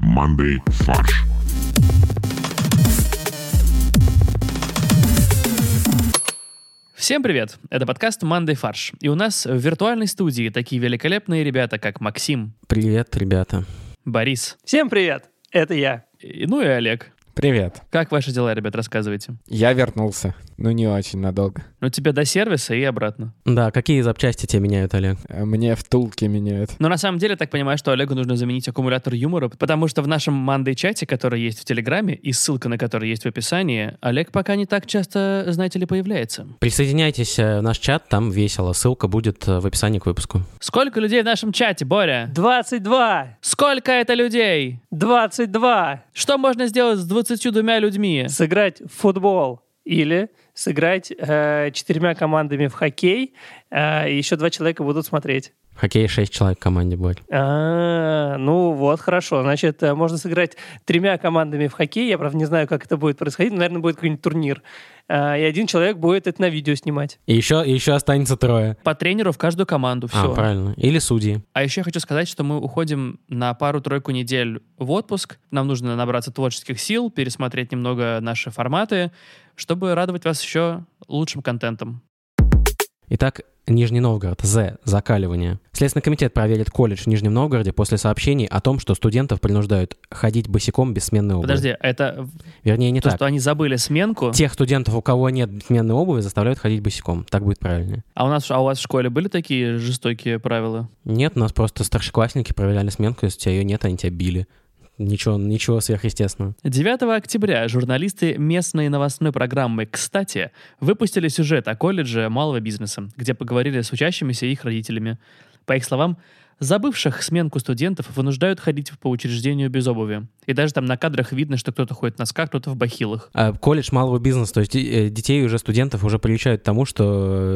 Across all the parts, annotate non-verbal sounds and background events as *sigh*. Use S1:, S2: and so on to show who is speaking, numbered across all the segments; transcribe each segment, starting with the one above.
S1: Monday Fudge.
S2: Всем привет! Это подкаст «Мандай фарш». И у нас в виртуальной студии такие великолепные ребята, как Максим,
S3: Привет, ребята.
S2: Борис,
S4: Всем привет! Это я.
S2: и- ну и Олег.
S5: Привет.
S2: Как ваши дела, ребят, рассказывайте.
S5: Я вернулся, но не очень надолго.
S2: Ну, тебя до сервиса и обратно.
S3: Да, какие запчасти тебя меняют, Олег?
S5: Э, Мне втулки меняют.
S2: Но на самом деле, я так понимаю, что Олегу нужно заменить аккумулятор юмора, потому что в нашем мандай-чате, который есть в Телеграме, и ссылка на который есть в описании, Олег пока не так часто, знаете ли, появляется.
S3: Присоединяйтесь э, в наш чат, там весело. Ссылка будет э, в описании к выпуску.
S2: Сколько людей в нашем чате, Боря?
S4: 22!
S2: Сколько это людей?
S4: 22!
S2: Что можно сделать с 22 людьми?
S4: Сыграть в футбол или сыграть э, четырьмя командами в хоккей, э, и еще два человека будут смотреть.
S3: Хоккей 6 человек в команде будет.
S4: А, ну вот, хорошо. Значит, э, можно сыграть тремя командами в хоккей. Я, правда, не знаю, как это будет происходить. но, Наверное, будет какой-нибудь турнир. А, и один человек будет это на видео снимать.
S3: И еще, и еще останется трое.
S2: По тренеру в каждую команду, все.
S3: А, правильно. Или судьи.
S2: А еще я хочу сказать, что мы уходим на пару-тройку недель в отпуск. Нам нужно набраться творческих сил, пересмотреть немного наши форматы, чтобы радовать вас еще лучшим контентом.
S3: Итак, Нижний Новгород. З. Закаливание. Следственный комитет проверит колледж в Нижнем Новгороде после сообщений о том, что студентов принуждают ходить босиком без сменной обуви.
S2: Подожди, а это
S3: Вернее, не
S2: то,
S3: так.
S2: что они забыли сменку,
S3: Тех студентов, у кого нет сменной обуви, заставляют ходить босиком. Так будет правильнее.
S2: а у нас, а у вас в школе были такие жестокие правила?
S3: Нет, у нас просто старшеклассники проверяли сменку, если у тебя ее нет, они тебя били. Ничего, ничего сверхъестественного.
S2: 9 октября журналисты местной новостной программы «Кстати» выпустили сюжет о колледже малого бизнеса, где поговорили с учащимися и их родителями. По их словам, забывших сменку студентов вынуждают ходить по учреждению без обуви. И даже там на кадрах видно, что кто-то ходит в носках, кто-то в бахилах.
S3: А колледж малого бизнеса, то есть э, детей уже студентов уже приучают к тому, что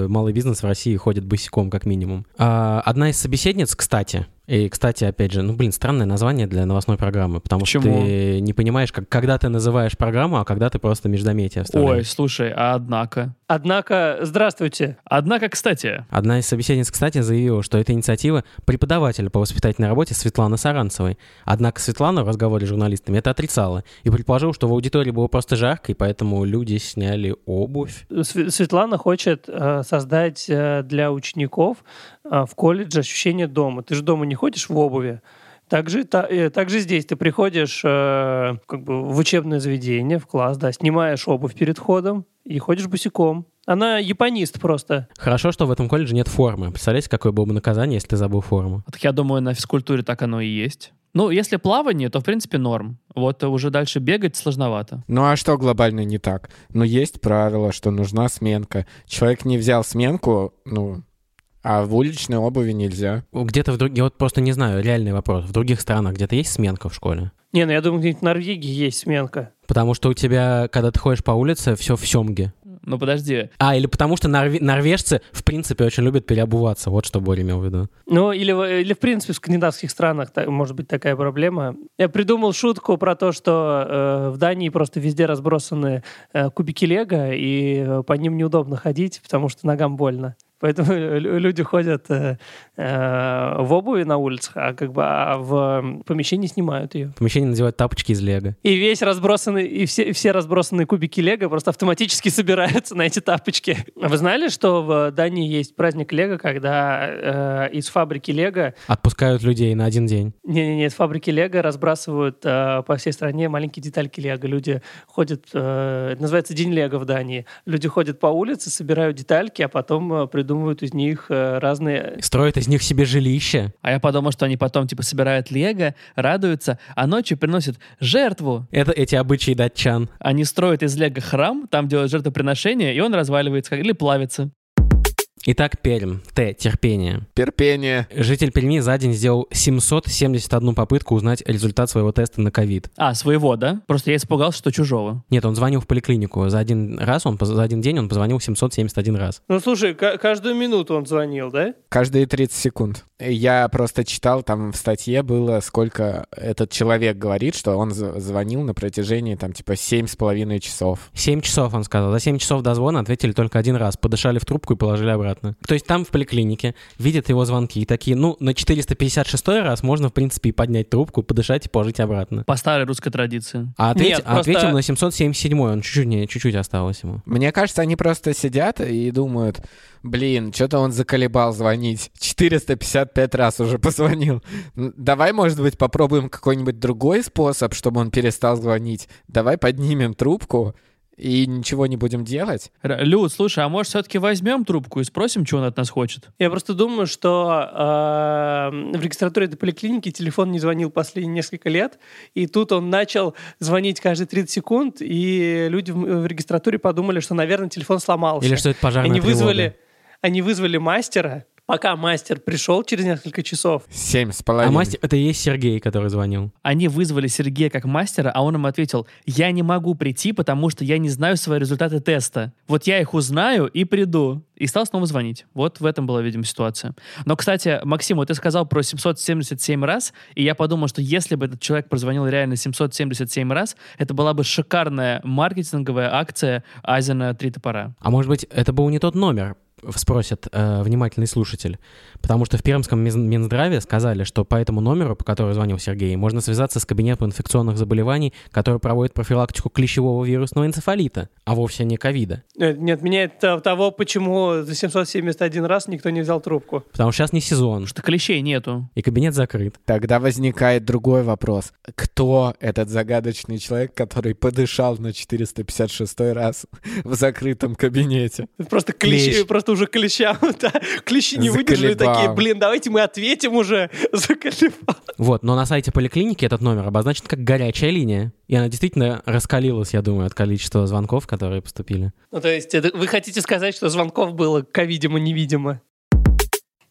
S3: э, малый бизнес в России ходит босиком как минимум. А одна из собеседниц, кстати, и, кстати, опять же, ну, блин, странное название для новостной программы, потому
S2: Почему?
S3: что ты не понимаешь, как, когда ты называешь программу, а когда ты просто междометие
S2: Ой,
S3: вставляешь.
S2: слушай, а однако...
S4: Однако, здравствуйте.
S2: Однако, кстати,
S3: Одна из собеседниц, кстати, заявила, что это инициатива преподавателя по воспитательной работе Светланы Саранцевой. Однако Светлана в разговоре с журналистами это отрицала и предположила, что в аудитории было просто жарко, и поэтому люди сняли обувь.
S4: Св- Светлана хочет э, создать э, для учеников э, в колледже ощущение дома. Ты же дома не ходишь в обуви. Также, э, также здесь ты приходишь э, как бы в учебное заведение, в класс, да, снимаешь обувь перед ходом и ходишь босиком. Она японист просто.
S3: Хорошо, что в этом колледже нет формы. Представляете, какое было бы наказание, если ты забыл форму?
S2: так я думаю, на физкультуре так оно и есть. Ну, если плавание, то, в принципе, норм. Вот э, уже дальше бегать сложновато.
S5: Ну а что глобально не так? Ну есть правило, что нужна сменка. Человек не взял сменку, ну, а в уличной обуви нельзя.
S3: Где-то в других... Я вот просто не знаю, реальный вопрос. В других странах где-то есть сменка в школе?
S4: Не, ну я думаю, где-нибудь в Норвегии есть сменка.
S3: Потому что у тебя, когда ты ходишь по улице, все в семге.
S2: Ну, подожди,
S3: А, или потому что норве- норвежцы, в принципе, очень любят переобуваться. Вот что Боря имел в виду.
S4: Ну, или, в- или в принципе в скандинавских странах та- может быть такая проблема. Я придумал шутку про то, что э, в Дании просто везде разбросаны э, кубики лего, и э, по ним неудобно ходить, потому что ногам больно. Поэтому *laughs* лю- люди ходят э, э, в обуви на улицах, а как бы а в э, помещении снимают ее.
S3: В помещении надевают тапочки из лего.
S4: И весь разбросанный, и все, и все разбросанные кубики Лего просто автоматически *laughs* собираются на эти тапочки. Вы знали, что в Дании есть праздник Лего, когда э, из фабрики Лего,
S3: Отпускают людей на один день.
S4: не-не-не, из фабрики Лего разбрасывают э, по всей стране маленькие детальки Лего. Люди ходят, э, это называется День Лего в Дании. Люди ходят по улице, собирают детальки, а потом э, придумывают из них э, разные...
S3: Строят из них себе жилище.
S2: А я подумал, что они потом типа собирают лего, радуются, а ночью приносят жертву.
S3: Это эти обычаи датчан.
S2: Они строят из лего храм, там делают жертвоприношение, и он разваливается как- или плавится.
S3: Итак, Пермь. Т. Терпение.
S5: Терпение.
S3: Житель Перми за день сделал 771 попытку узнать результат своего теста на ковид.
S2: А, своего, да? Просто я испугался, что чужого.
S3: Нет, он звонил в поликлинику. За один раз, он, поз- за один день он позвонил 771 раз.
S4: Ну, слушай, ка- каждую минуту он звонил, да?
S5: Каждые 30 секунд. Я просто читал, там в статье было, сколько этот человек говорит, что он з- звонил на протяжении, там, типа, семь с половиной часов.
S3: Семь часов, он сказал. За 7 часов до звона ответили только один раз. Подышали в трубку и положили обратно. То есть там в поликлинике видят его звонки и такие, ну, на 456 раз можно, в принципе, и поднять трубку, подышать и положить обратно.
S2: По старой русской традиции.
S3: А, ответь,
S4: Нет,
S3: а
S4: просто-
S3: ответим на 777 он чуть-чуть, не, чуть-чуть осталось ему.
S5: Мне кажется, они просто сидят и думают, блин, что-то он заколебал звонить. 455 раз уже позвонил. Н- Давай, может быть, попробуем какой-нибудь другой способ, чтобы он перестал звонить. Давай поднимем трубку и ничего не будем делать.
S2: Р- Люд, слушай, а может все-таки возьмем трубку и спросим, чего он от нас хочет?
S4: Я просто думаю, что э, в регистратуре этой поликлиники телефон не звонил последние несколько лет, и тут он начал звонить каждые 30 секунд, и люди в, в регистратуре подумали, что, наверное, телефон сломался.
S3: Или что это пожарная
S4: они
S3: тревога.
S4: вызвали, они вызвали мастера, пока мастер пришел через несколько часов.
S5: Семь с
S3: А
S5: половиной.
S3: мастер, это и есть Сергей, который звонил.
S2: Они вызвали Сергея как мастера, а он им ответил, я не могу прийти, потому что я не знаю свои результаты теста. Вот я их узнаю и приду. И стал снова звонить. Вот в этом была, видимо, ситуация. Но, кстати, Максим, вот ты сказал про 777 раз, и я подумал, что если бы этот человек прозвонил реально 777 раз, это была бы шикарная маркетинговая акция Азина «Три топора».
S3: А может быть, это был не тот номер, спросит э, внимательный слушатель. Потому что в Пермском Мин- Минздраве сказали, что по этому номеру, по которому звонил Сергей, можно связаться с кабинетом инфекционных заболеваний, который проводит профилактику клещевого вирусного энцефалита, а вовсе не ковида.
S4: Э, Не отменяет э, того, почему за 771 раз никто не взял трубку.
S3: Потому что сейчас не сезон,
S2: Потому что клещей нету.
S3: и кабинет закрыт.
S5: Тогда возникает другой вопрос. Кто этот загадочный человек, который подышал на 456 раз в закрытом кабинете?
S4: Просто клещи,
S5: Клещ.
S4: просто уже клеща, *laughs* да, клещи не выдержали
S5: Заколебал.
S4: такие, блин, давайте мы ответим уже, *laughs* заколебал.
S3: Вот, но на сайте поликлиники этот номер обозначен как горячая линия. И она действительно раскалилась, я думаю, от количества звонков, которые поступили.
S4: Ну, то есть, это- вы хотите сказать, что звонков было ковидимо-невидимо?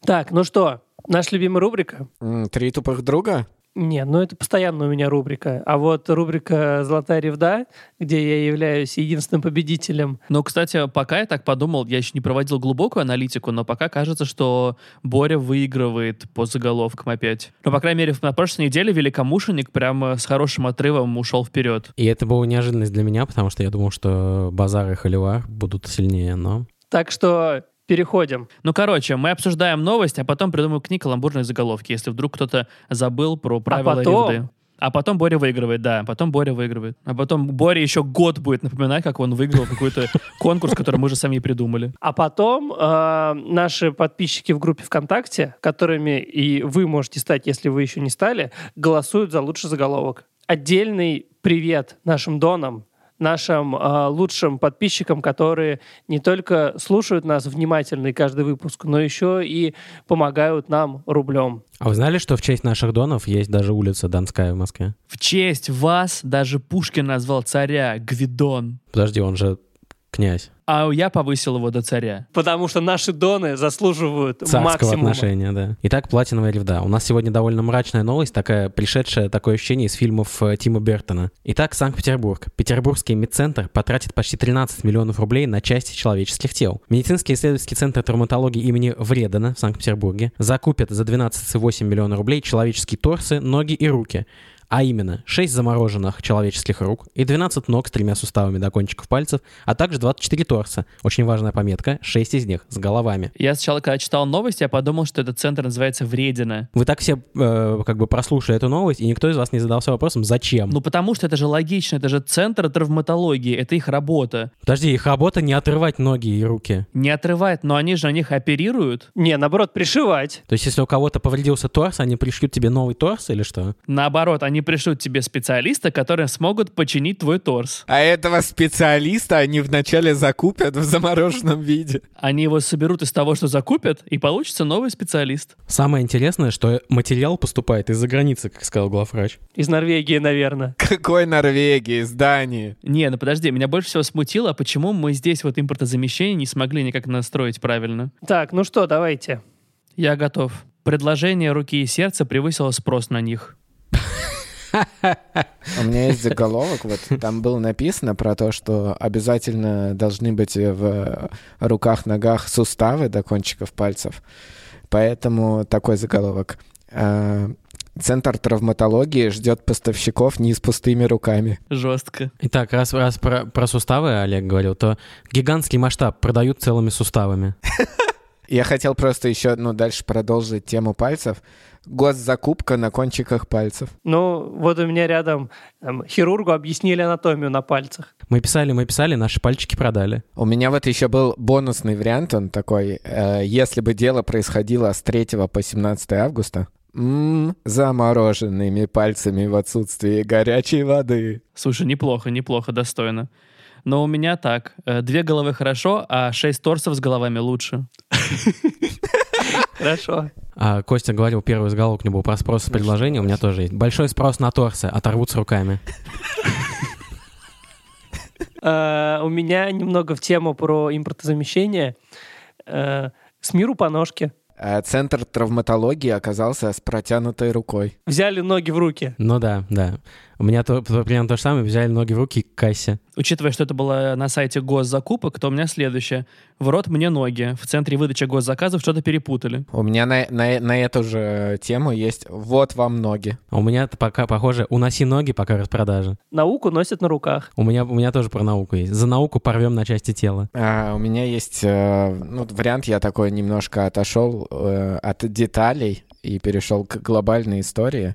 S4: Так, ну что, наша любимая рубрика?
S5: М, Три тупых друга?
S4: Не, ну это постоянно у меня рубрика. А вот рубрика «Золотая ревда», где я являюсь единственным победителем.
S2: Ну, кстати, пока я так подумал, я еще не проводил глубокую аналитику, но пока кажется, что Боря выигрывает по заголовкам опять. Но, по крайней мере, на прошлой неделе Великомушенник прямо с хорошим отрывом ушел вперед.
S3: И это была неожиданность для меня, потому что я думал, что базар и холивар будут сильнее, но...
S4: Так что переходим.
S2: Ну, короче, мы обсуждаем новость, а потом придумаю к ней каламбурные заголовки, если вдруг кто-то забыл про правила
S4: потом?
S2: ревды. А потом Боря выигрывает, да, потом Боря выигрывает. А потом Боря еще год будет напоминать, как он выиграл какой-то конкурс, который мы же сами придумали.
S4: А потом э, наши подписчики в группе ВКонтакте, которыми и вы можете стать, если вы еще не стали, голосуют за лучший заголовок. Отдельный привет нашим донам, нашим э, лучшим подписчикам, которые не только слушают нас внимательно и каждый выпуск, но еще и помогают нам рублем.
S3: А вы знали, что в честь наших донов есть даже улица Донская в Москве?
S2: В честь вас даже Пушкин назвал царя Гвидон.
S3: Подожди, он же князь.
S2: А я повысил его до царя.
S4: Потому что наши доны заслуживают
S3: Царского
S4: максимума.
S3: отношения, да. Итак, платиновая ревда. У нас сегодня довольно мрачная новость, такая пришедшая, такое ощущение из фильмов э, Тима Бертона. Итак, Санкт-Петербург. Петербургский медцентр потратит почти 13 миллионов рублей на части человеческих тел. Медицинский исследовательский центр травматологии имени Вредена в Санкт-Петербурге закупит за 12,8 миллиона рублей человеческие торсы, ноги и руки. А именно, 6 замороженных человеческих рук и 12 ног с тремя суставами до кончиков пальцев, а также 24 торса. Очень важная пометка, 6 из них с головами.
S2: Я сначала, когда читал новость, я подумал, что этот центр называется «Вредина».
S3: Вы так все э, как бы прослушали эту новость, и никто из вас не задался вопросом, зачем?
S2: Ну, потому что это же логично, это же центр травматологии, это их работа.
S3: Подожди, их работа не отрывать ноги и руки.
S2: Не отрывает, но они же на них оперируют.
S4: Не, наоборот, пришивать.
S3: То есть, если у кого-то повредился торс, они пришьют тебе новый торс или что?
S2: Наоборот, они пришлют тебе специалиста, которые смогут починить твой торс.
S5: А этого специалиста они вначале закупят в замороженном виде. *laughs*
S2: Они его соберут из того, что закупят, и получится новый специалист.
S3: Самое интересное, что материал поступает из-за границы, как сказал главврач.
S4: Из Норвегии, наверное.
S5: Какой Норвегии, из Дании.
S2: Не, ну подожди, меня больше всего смутило, почему мы здесь вот импортозамещение не смогли никак настроить правильно.
S4: Так, ну что, давайте.
S2: Я готов. Предложение руки и сердца превысило спрос на них.
S5: У меня есть заголовок, вот там было написано про то, что обязательно должны быть в руках, ногах суставы до кончиков пальцев. Поэтому такой заголовок. Э, Центр травматологии ждет поставщиков не с пустыми руками.
S2: Жестко.
S3: Итак, раз, раз про, про суставы Олег говорил, то гигантский масштаб продают целыми суставами.
S5: Я хотел просто еще, ну, дальше продолжить тему пальцев. Госзакупка на кончиках пальцев.
S4: Ну, вот у меня рядом там, хирургу объяснили анатомию на пальцах.
S3: Мы писали, мы писали, наши пальчики продали.
S5: У меня вот еще был бонусный вариант, он такой, э, если бы дело происходило с 3 по 17 августа, м, замороженными пальцами в отсутствии горячей воды.
S2: Слушай, неплохо, неплохо, достойно. Но у меня так. э, Две головы хорошо, а шесть торсов с головами лучше.
S4: Хорошо.
S3: А Костя говорил, первый из голов не был про спрос и предложение, у меня тоже есть. Большой спрос на торсы, оторвут с руками.
S4: Э, У меня немного в тему про импортозамещение. Э, С миру по ножке.
S5: А Центр травматологии оказался с протянутой рукой.
S4: Взяли ноги в руки.
S3: Ну да, да. У меня то, то- примерно то же самое, взяли ноги в руки к кассе.
S2: Учитывая, что это было на сайте госзакупок, то у меня следующее. В рот мне ноги. В центре выдачи госзаказов что-то перепутали.
S5: У меня на, на, на эту же тему есть «Вот вам ноги».
S3: А у меня пока, похоже, уноси ноги, пока распродажа.
S4: Науку носят на руках.
S3: У меня, у меня тоже про науку есть. За науку порвем на части тела.
S5: А, у меня есть э, ну, вариант, я такой немножко отошел э, от деталей и перешел к глобальной истории.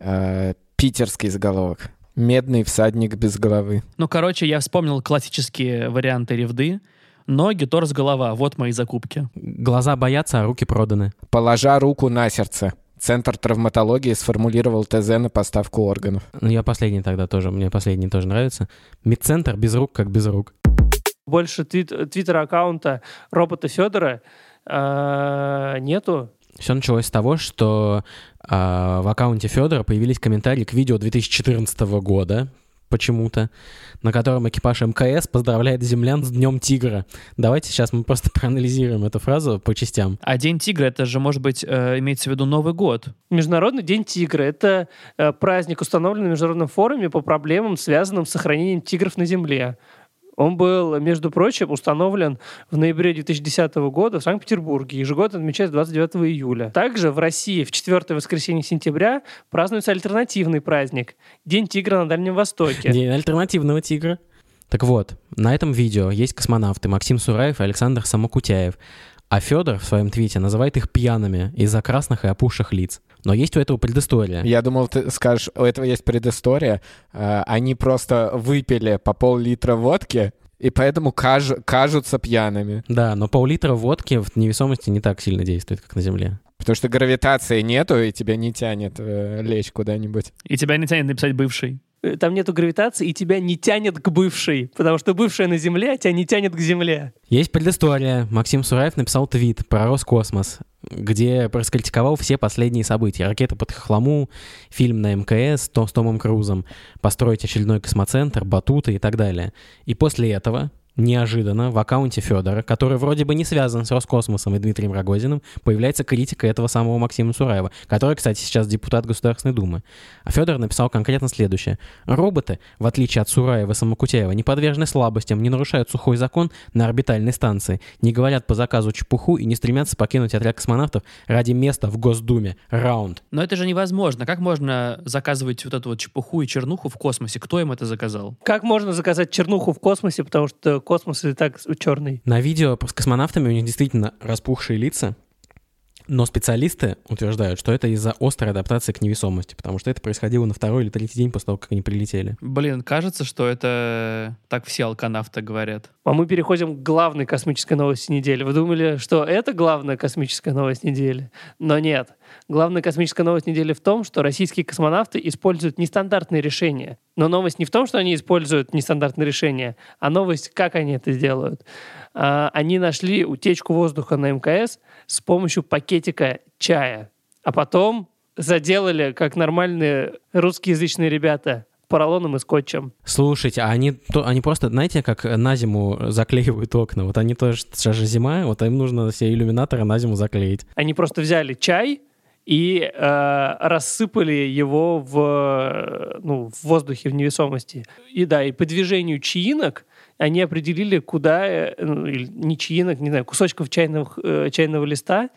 S5: Э, питерский заголовок. «Медный всадник без головы».
S2: Ну, короче, я вспомнил классические варианты ревды. Ноги, торс, голова. Вот мои закупки.
S3: Глаза боятся, а руки проданы.
S5: Положа руку на сердце. Центр травматологии сформулировал ТЗ на поставку органов.
S3: Ну, я последний тогда тоже, мне последний тоже нравится. Медцентр без рук, как без рук.
S4: Больше твит- твиттер-аккаунта робота Федора э, нету.
S3: Все началось с того, что а, в аккаунте Федора появились комментарии к видео 2014 года почему-то, на котором экипаж МКС поздравляет землян с Днем Тигра. Давайте сейчас мы просто *laughs* проанализируем эту фразу по частям.
S2: А День тигра, это же, может быть, э, имеется в виду Новый год.
S4: Международный день тигра. Это э, праздник, установленный на Международном форуме по проблемам, связанным с сохранением тигров на Земле. Он был, между прочим, установлен в ноябре 2010 года в Санкт-Петербурге. Ежегодно отмечается 29 июля. Также в России в четвертое воскресенье сентября празднуется альтернативный праздник – День тигра на Дальнем Востоке.
S3: День альтернативного тигра. Так вот, на этом видео есть космонавты Максим Сураев и Александр Самокутяев. А Федор в своем твите называет их пьяными из-за красных и опухших лиц. Но есть у этого предыстория.
S5: Я думал, ты скажешь, у этого есть предыстория. Э, Они просто выпили по пол-литра водки, и поэтому каж- кажутся пьяными.
S3: Да, но пол-литра водки в невесомости не так сильно действует, как на Земле.
S5: Потому что гравитации нету, и тебя не тянет э, лечь куда-нибудь.
S2: И тебя не тянет написать бывший.
S4: Э, Там нету гравитации, и тебя не тянет к бывшей, потому что бывшая на Земле, а тебя не тянет к Земле.
S3: Есть предыстория. Максим Сураев написал твит про Роскосмос, где раскритиковал все последние события. Ракета под Хохлому, фильм на МКС то- с Томом Крузом, построить очередной космоцентр, батуты и так далее. И после этого неожиданно в аккаунте Федора, который вроде бы не связан с Роскосмосом и Дмитрием Рогозиным, появляется критика этого самого Максима Сураева, который, кстати, сейчас депутат Государственной Думы. А Федор написал конкретно следующее. Роботы, в отличие от Сураева и Самокутяева, не подвержены слабостям, не нарушают сухой закон на орбитальной станции, не говорят по заказу чепуху и не стремятся покинуть отряд космонавтов ради места в Госдуме. Раунд.
S2: Но это же невозможно. Как можно заказывать вот эту вот чепуху и чернуху в космосе? Кто им это заказал?
S4: Как можно заказать чернуху в космосе, потому что космос и так черный?
S3: На видео с космонавтами у них действительно распухшие лица, но специалисты утверждают, что это из-за острой адаптации к невесомости, потому что это происходило на второй или третий день после того, как они прилетели.
S2: Блин, кажется, что это так все алканавты говорят.
S4: А мы переходим к главной космической новости недели. Вы думали, что это главная космическая новость недели? Но нет. Главная космическая новость недели в том, что российские космонавты используют нестандартные решения. Но новость не в том, что они используют нестандартные решения, а новость, как они это делают. А, Они нашли утечку воздуха на МКС с помощью пакетика чая. А потом заделали, как нормальные русскоязычные ребята, поролоном и скотчем.
S3: Слушайте, а они, то, они просто, знаете, как на зиму заклеивают окна? Вот они тоже, сейчас же зима, вот им нужно все иллюминаторы на зиму заклеить.
S4: Они просто взяли чай и э, рассыпали его в, э, ну, в воздухе, в невесомости. И да, и по движению чаинок они определили, куда, э, ну, или не чаинок, не знаю, кусочков чайных, э, чайного листа,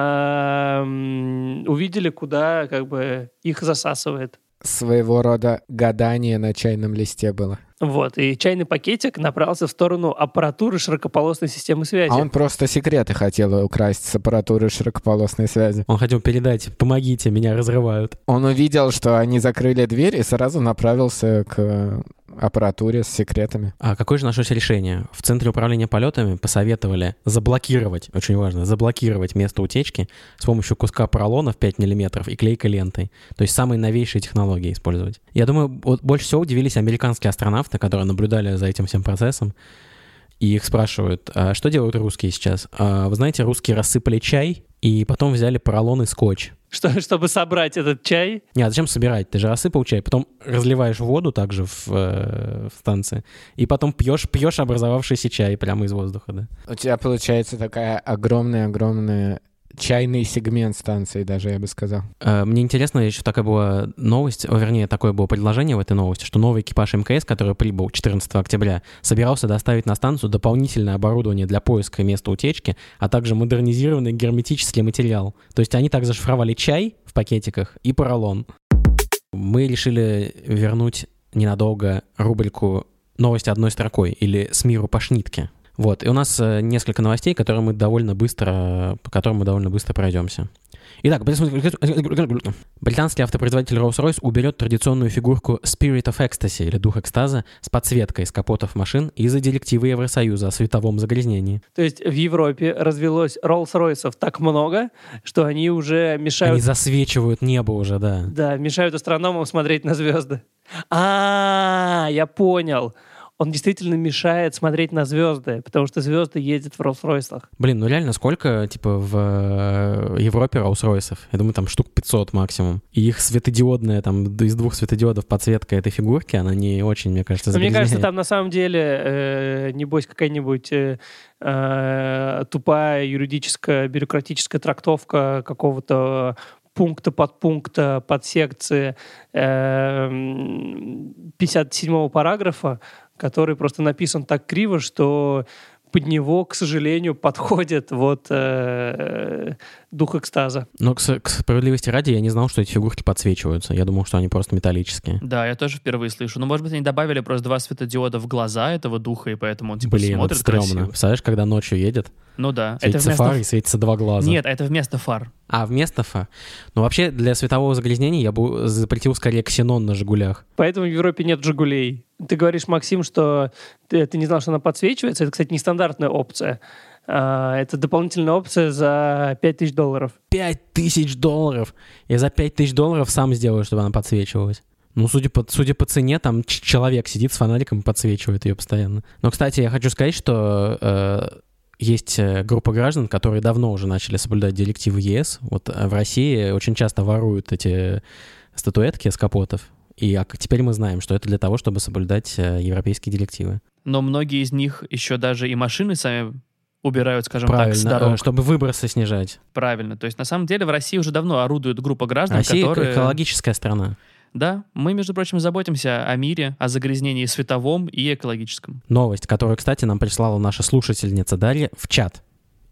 S4: а, м, увидели, куда как бы их засасывает.
S5: своего рода гадание на чайном листе было.
S4: Вот, и чайный пакетик направился в сторону аппаратуры широкополосной системы связи.
S5: А он просто секреты хотел украсть с аппаратуры широкополосной связи.
S3: Он хотел передать «помогите, меня разрывают».
S5: Он увидел, что они закрыли дверь и сразу направился к э, аппаратуре с секретами.
S3: А какое же нашлось решение? В Центре управления полетами посоветовали заблокировать, очень важно, заблокировать место утечки с помощью куска поролона в 5 мм и клейкой лентой. То есть самые новейшие технологии использовать. Я думаю, вот больше всего удивились американские астронавты, которые наблюдали за этим всем процессом. И их спрашивают, а что делают русские сейчас? А, вы знаете, русские рассыпали чай и потом взяли поролон и скотч.
S4: Что- чтобы собрать этот чай,
S3: Не, а зачем собирать? Ты же рассыпал чай, потом разливаешь воду также в, э, в станции, и потом пьешь, пьешь образовавшийся чай прямо из воздуха, да?
S5: У тебя получается такая огромная-огромная чайный сегмент станции даже, я бы сказал.
S3: Э, Мне интересно, еще такая была новость, о, вернее, такое было предложение в этой новости, что новый экипаж МКС, который прибыл 14 октября, собирался доставить на станцию дополнительное оборудование для поиска места утечки, а также модернизированный герметический материал. То есть они также шифровали чай в пакетиках и поролон. Мы решили вернуть ненадолго рубрику «Новости одной строкой» или «С миру по шнитке». Вот, и у нас э, несколько новостей, которые мы довольно быстро, по которым мы довольно быстро пройдемся. Итак, британский автопроизводитель Rolls-Royce уберет традиционную фигурку Spirit of Ecstasy, или Дух Экстаза, с подсветкой из капотов машин из-за директивы Евросоюза о световом загрязнении.
S4: то есть в Европе развелось Роллс-Ройсов так много, что они уже
S3: Они
S4: мешают,
S3: засвечивают небо уже, да.
S4: да, мешают астрономам смотреть на звезды. А, я понял. Он действительно мешает смотреть на звезды, потому что звезды ездят в Роллс-Ройсах.
S3: Блин, ну реально сколько, типа, в э, Европе Rolls-Royce'ов? Я думаю, там штук 500 максимум. И их светодиодная, там, д- из двух светодиодов подсветка этой фигурки, она не очень, мне кажется,
S4: Но Мне кажется,
S3: загрязняет.
S4: там на самом деле, э, небось, какая-нибудь э, э, тупая юридическая, бюрократическая трактовка какого-то пункта под пункта под секции э, м, 57 параграфа, который просто написан так криво, что под него, к сожалению, *laughs* подходит вот э, дух экстаза.
S3: Но, к, с- к справедливости ради, я не знал, что эти фигурки подсвечиваются. Я думал, что они просто металлические.
S2: Да, я тоже впервые слышу. Ну, может быть, они добавили просто два светодиода в глаза этого духа, и поэтому он типа
S3: Блин, это
S2: смотрит
S3: стрёмно.
S2: красиво.
S3: Представляешь, когда ночью едет,
S2: Ну да. Это
S3: светится
S2: вместо...
S3: фар и светится два глаза.
S2: Нет, это вместо фар.
S3: А вместо фар? Ну, вообще, для светового загрязнения я бы запретил скорее ксенон на «Жигулях».
S4: Поэтому в Европе нет «Жигулей». Ты говоришь, Максим, что ты, ты не знал, что она подсвечивается. Это, кстати, нестандартная опция. А, это дополнительная опция за 5000 долларов.
S3: Пять тысяч долларов! Я за пять тысяч долларов сам сделаю, чтобы она подсвечивалась. Ну, судя по, судя по цене, там ч- человек сидит с фонариком и подсвечивает ее постоянно. Но, кстати, я хочу сказать, что э, есть э, группа граждан, которые давно уже начали соблюдать директивы ЕС. Вот э, в России очень часто воруют эти статуэтки с капотов. И а, к- теперь мы знаем, что это для того, чтобы соблюдать э, европейские директивы.
S2: Но многие из них еще даже и машины сами убирают, скажем
S3: Правильно,
S2: так, с дорог.
S3: э, чтобы выбросы снижать.
S2: Правильно. То есть, на самом деле, в России уже давно орудует группа граждан,
S3: Россия эко-
S2: которые...
S3: экологическая страна.
S2: Да, мы, между прочим, заботимся о мире, о загрязнении световом и экологическом.
S3: новость, которую, кстати, нам прислала наша слушательница Дарья в чат.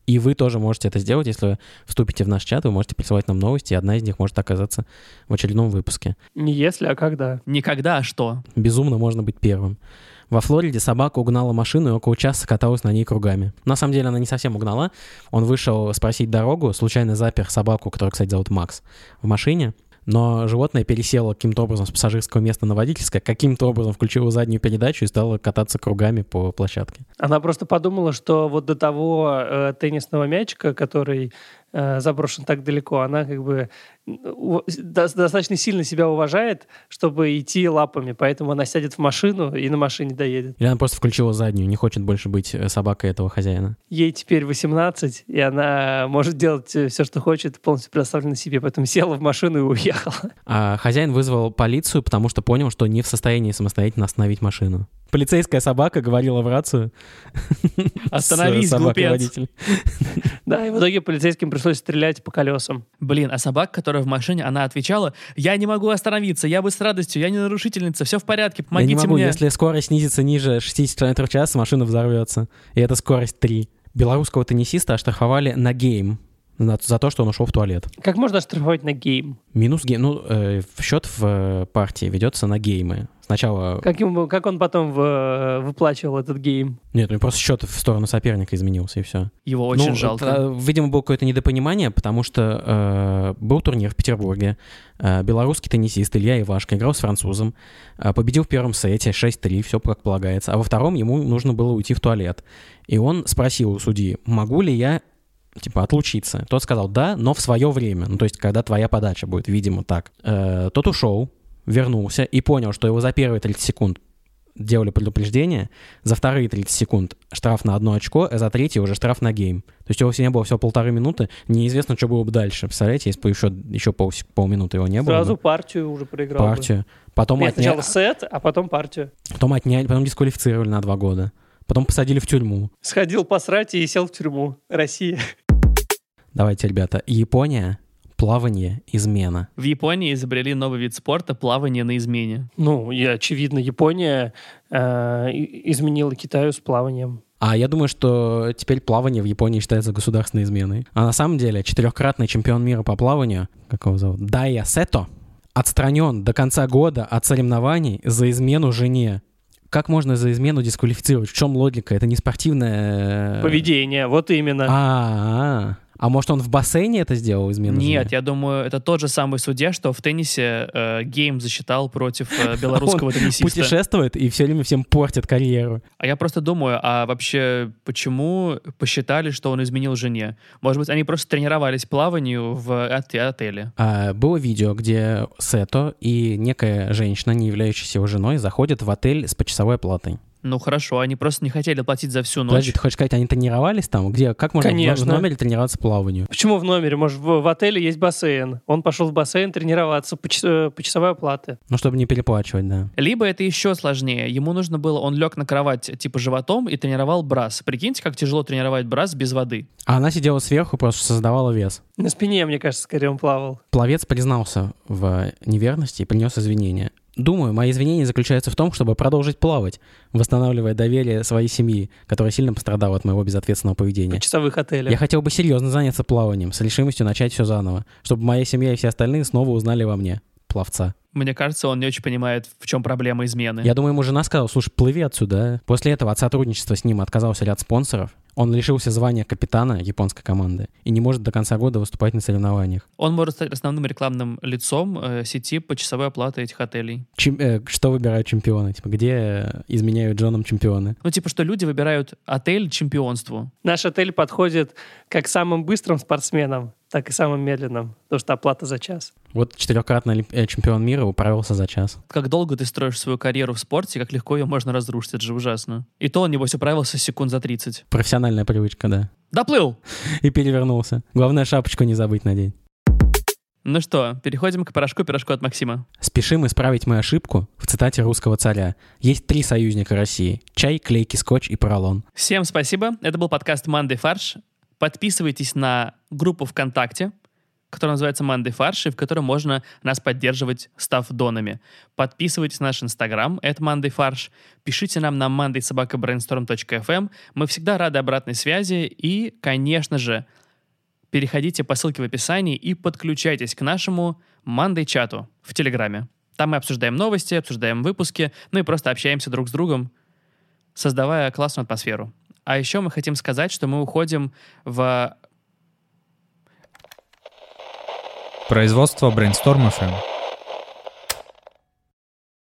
S3: И вы тоже можете это сделать, если вы вступите в наш чат, вы можете присылать нам новости, и одна из них может оказаться в очередном выпуске.
S4: Не если, а когда.
S2: Никогда, а что?
S3: Безумно можно быть первым. Во Флориде собака угнала машину и около часа каталась на ней кругами. На самом деле она не совсем угнала. Он вышел спросить дорогу, случайно запер собаку, которую, кстати, зовут Макс, в машине. Но животное пересело каким-то образом с пассажирского места на водительское, каким-то образом включило заднюю передачу и стало кататься кругами по площадке.
S4: Она просто подумала, что вот до того э, теннисного мячика, который э, заброшен так далеко, она как бы м, у- до- достаточно сильно себя уважает, чтобы идти лапами. Поэтому она сядет в машину и на машине доедет.
S3: Или она просто включила заднюю, не хочет больше быть э, собакой этого хозяина.
S4: ей теперь 18, и она может делать все, что хочет, полностью предоставлена себе. Поэтому села в машину и уехала. *laughs*
S3: А хозяин вызвал полицию, потому что понял, что не в состоянии самостоятельно остановить машину. Полицейская собака говорила в рацию. с э,
S2: Остановись,
S3: собакой
S2: глупец.
S3: водителем.
S4: Да, А, и в итоге полицейским пришлось стрелять по колесам.
S2: Блин, а собака, которая в машине, она отвечала, я не могу остановиться, я бы с радостью, я не нарушительница, все в порядке,
S3: Я
S2: помогите
S3: не могу,
S2: мне.
S3: если скорость снизится ниже 60 км в час, машина взорвется. И это скорость 3. Белорусского теннисиста оштрафовали на гейм на- за то, что он ушел в туалет.
S4: Как можно штрафовать на гейм?
S3: Минус гейм. Ну, э, в счет в э, партии ведется на геймы. Сначала...
S4: Как, ему, как он потом в- э, выплачивал этот гейм?
S3: Нет, ну просто счет в сторону соперника изменился, и все.
S2: Его очень
S3: Ну,
S2: жалко.
S3: это, видимо, было какое-то недопонимание, потому что э, был турнир в Петербурге. Э, белорусский теннисист Илья Ивашко играл с французом, э, победил в первом сете 6-3, все как полагается. А во втором ему нужно было уйти в туалет. И он спросил у судьи, могу ли я типа, отлучиться. Тот сказал, да, но в свое время. Ну, то есть, когда твоя подача будет, видимо, так. Э, тот ушел, вернулся и понял, что его за первые 30 секунд делали предупреждение, за вторые 30 секунд штраф на одно очко, а за третий уже штраф на гейм. То есть его все не было всего полторы минуты, неизвестно, что было бы дальше. Представляете, если бы еще, еще пол, полминуты его не было,
S4: Сразу
S3: бы,
S4: партию уже проиграл. бы.
S3: партию. Потом,
S4: Нет,
S3: отня-
S4: сначала сет, а потом партию.
S3: потом отняли, потом дисквалифицировали на два года. Потом посадили в тюрьму.
S4: Сходил посрать и сел в тюрьму. Россия. *laughs*
S3: Давайте, ребята, Япония, плавание, измена.
S2: В Японии изобрели новый вид спорта плавание на измене.
S4: Ну, и, очевидно, Япония э, и- изменила Китаю с плаванием.
S3: А я думаю, что теперь плавание в Японии считается государственной изменой. А на самом деле четырехкратный чемпион мира по плаванию, как его зовут, Дайя Сето, отстранен до конца года от соревнований за измену жене. Как можно за измену дисквалифицировать? В чем логика? Это не спортивное... э,
S4: Поведение, вот именно.
S3: А, а, а может он в бассейне это сделал измену?
S2: Нет,
S3: жене?
S2: я думаю, это тот же самый судья, что в теннисе э, гейм засчитал против
S3: *laughs*
S2: э, белорусского теннисиста.
S3: путешествует и все время всем портит карьеру.
S2: А я просто думаю, а вообще почему посчитали, что он изменил жене? Может быть, они просто тренировались плаванию в оте- отеле?
S3: А, Было видео, где Сето и некая женщина, не являющаяся его женой, заходят в отель с почасовой оплатой.
S2: Ну хорошо, они просто не хотели платить за всю
S3: Подожди,
S2: ночь.
S3: ты хочешь сказать, они тренировались там? Где, как можно в но- в
S4: Конечно.
S3: номере тренироваться плаванию?
S4: Почему в номере? Может, в, в отеле есть бассейн? Он пошел в бассейн тренироваться по, час- э, по часовой оплате.
S3: Ну, чтобы не переплачивать, да.
S2: Либо это еще сложнее. Ему нужно было, он лег на кровать типа животом и тренировал брас. Прикиньте, как тяжело тренировать брас без воды.
S3: А она сидела сверху, просто создавала вес.
S4: На спине, мне кажется, скорее он плавал.
S3: Пловец признался в неверности и принес извинения. Думаю, мои извинения заключаются в том, чтобы продолжить плавать, восстанавливая доверие своей семьи, которая сильно пострадала от моего безответственного
S4: В
S3: поведения.
S4: часовых отелях.
S3: Я хотел бы серьезно заняться плаванием, с решимостью начать все заново, чтобы моя семья и все остальные снова узнали во мне пловца.
S2: Мне кажется, он не очень понимает, в чем проблема измены.
S3: Я думаю, ему жена сказала, слушай, плыви отсюда. а». После этого от сотрудничества с ним отказался ряд спонсоров. Он лишился звания капитана японской команды и не может до конца года выступать на соревнованиях.
S2: Он может стать основным рекламным лицом э, сети по часовой оплате этих отелей.
S3: Чем- э, что выбирают чемпионы? Типа, где э, изменяют Джоном чемпионы?
S2: Ну, типа, что люди выбирают отель чемпионству.
S4: Наш отель подходит как самым быстрым спортсменам, так и самым медленным, потому что оплата за час.
S3: Вот четырехкратный олимп- э, чемпион мира управился за час.
S2: Как долго ты строишь свою карьеру в спорте, как легко ее можно разрушить, это же ужасно. И то он, небось, управился секунд за 30.
S3: Профессиональная привычка, да. *laughs*
S2: Доплыл!
S3: И перевернулся. Главное, шапочку не забыть надеть.
S2: Ну что, переходим к порошку-пирожку от Максима.
S3: Спешим исправить мою ошибку в цитате русского царя. Есть три союзника России. Чай, клейкий скотч и поролон.
S2: Всем спасибо. Это был подкаст «Манды фарш». Подписывайтесь на группу ВКонтакте, которая называется «Манды фарш», и в которой можно нас поддерживать, став донами. Подписывайтесь на наш инстаграм, это «Манды фарш». Пишите нам на mandaysobakabrainstorm.fm. эм. Мы всегда рады обратной связи. И, конечно же, переходите по ссылке в описании и подключайтесь к нашему «Мандэй-чату» в Телеграме. Там мы обсуждаем новости, обсуждаем выпуски, ну и просто общаемся друг с другом, создавая классную атмосферу. А еще мы хотим сказать, что мы уходим в
S1: Производство Brainstorm FM.